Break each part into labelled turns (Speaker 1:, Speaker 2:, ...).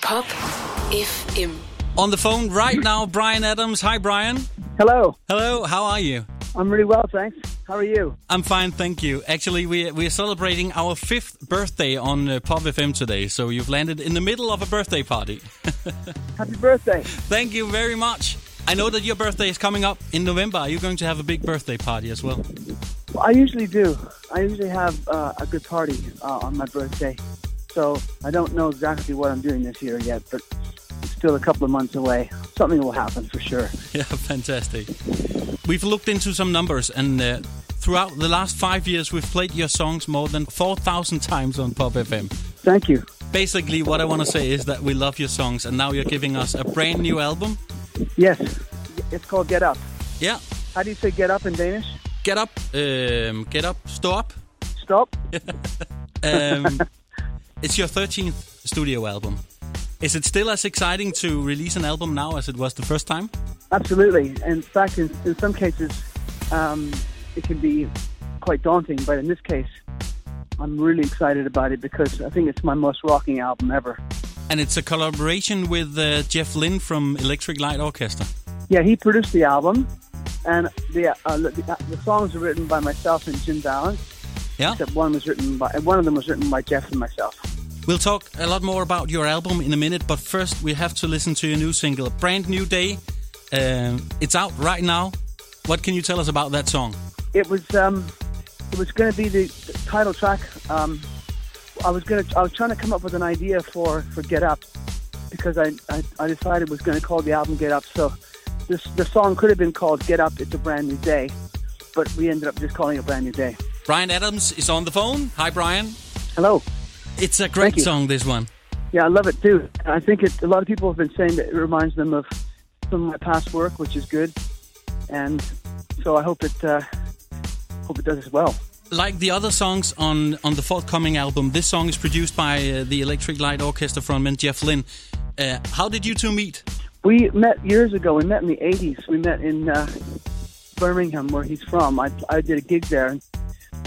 Speaker 1: Top FM.
Speaker 2: On the phone right now, Brian Adams. Hi, Brian.
Speaker 3: Hello.
Speaker 2: Hello, how are you?
Speaker 3: I'm really well, thanks. How are you?
Speaker 2: I'm fine, thank you. Actually, we we are celebrating our fifth birthday on uh, Pop FM today, so you've landed in the middle of a birthday party.
Speaker 3: Happy birthday.
Speaker 2: Thank you very much. I know that your birthday is coming up in November. Are you going to have a big birthday party as well?
Speaker 3: Well, I usually do. I usually have uh, a good party uh, on my birthday. So I don't know exactly what I'm doing this year yet, but it's still a couple of months away. Something will happen for sure.
Speaker 2: Yeah, fantastic. We've looked into some numbers, and uh, throughout the last five years, we've played your songs more than 4,000 times on Pop FM.
Speaker 3: Thank you.
Speaker 2: Basically, what I want to say is that we love your songs, and now you're giving us a brand new album.
Speaker 3: Yes, it's called Get Up.
Speaker 2: Yeah,
Speaker 3: How do you say Get Up in Danish?
Speaker 2: get up, um, get up, stå up.
Speaker 3: Stop.
Speaker 2: Um, it's your 13th studio album. Is it still as exciting to release an album now as it was the first time?
Speaker 3: Absolutely. In fact, in, in some cases, um, it can be quite daunting, but in this case, I'm really excited about it because I think it's my most rocking album ever.
Speaker 2: And it's a collaboration with uh, Jeff Lynne from Electric Light Orchestra.
Speaker 3: Yeah, he produced the album, and the uh, the, the songs were written by myself and Jim Balance.
Speaker 2: Yeah.
Speaker 3: Except one was written by one of them was written by Jeff and myself.
Speaker 2: We'll talk a lot more about your album in a minute, but first we have to listen to your new single, Brand New Day. Um, it's out right now. What can you tell us about that song?
Speaker 3: It was um, it was going to be the, the title track. Um, I was gonna I was trying to come up with an idea for for Get Up because I I, I decided was going to call the album Get Up. So this the song could have been called Get Up. It's a brand new day, but we ended up just calling it Brand New Day.
Speaker 2: Brian Adams is on the phone. Hi, Brian.
Speaker 3: Hello.
Speaker 2: It's a
Speaker 3: Thank
Speaker 2: great
Speaker 3: you.
Speaker 2: song, this one.
Speaker 3: Yeah, I love it too. I think it, a lot of people have been saying that it reminds them of some of my past work, which is good. And so I hope it uh, hope it does as well.
Speaker 2: Like the other songs on, on the forthcoming album, this song is produced by uh, the Electric Light Orchestra frontman Jeff Lynne. Uh, how did you two meet?
Speaker 3: We met years ago. We met in the '80s. We met in uh, Birmingham, where he's from. I, I did a gig there, and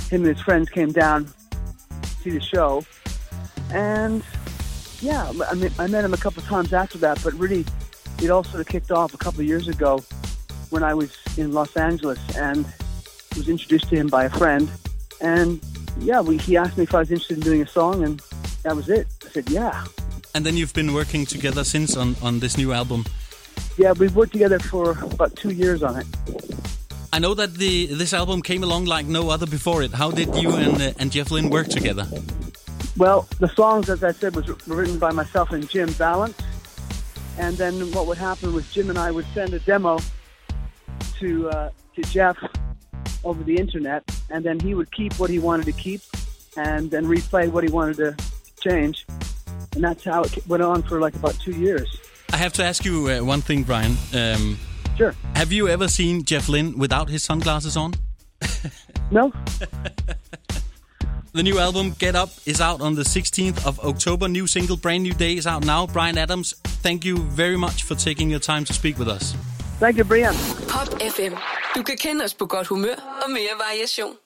Speaker 3: him and his friends came down to see the show. And yeah, I mean, I met him a couple of times after that. But really, it all sort of kicked off a couple of years ago when I was in Los Angeles and was introduced to him by a friend. And yeah, we, he asked me if I was interested in doing a song, and that was it. I said, yeah.
Speaker 2: And then you've been working together since on, on this new album.
Speaker 3: Yeah, we worked together for about two years on it.
Speaker 2: I know that the this album came along like no other before it. How did you and, uh, and Jeff Lynne work together?
Speaker 3: Well, the songs, as I said, was were written by myself and Jim Balance. And then what would happen was Jim and I would send a demo to uh, to Jeff over the internet, and then he would keep what he wanted to keep, and then replay what he wanted to change. And that's how it went on for like about two years.
Speaker 2: I have to ask you uh, one thing, Brian. Um,
Speaker 3: Sure.
Speaker 2: have you ever seen Jeff Lynne without his sunglasses on?
Speaker 3: No,
Speaker 2: The new album Get Up is out on the 16th of October. New single Brand New Day is out now. Brian Adams, thank you very much for taking your time to speak with us.
Speaker 3: thank you, Brian.
Speaker 1: Pop FM. Du kan kende os på godt humør og mere variation.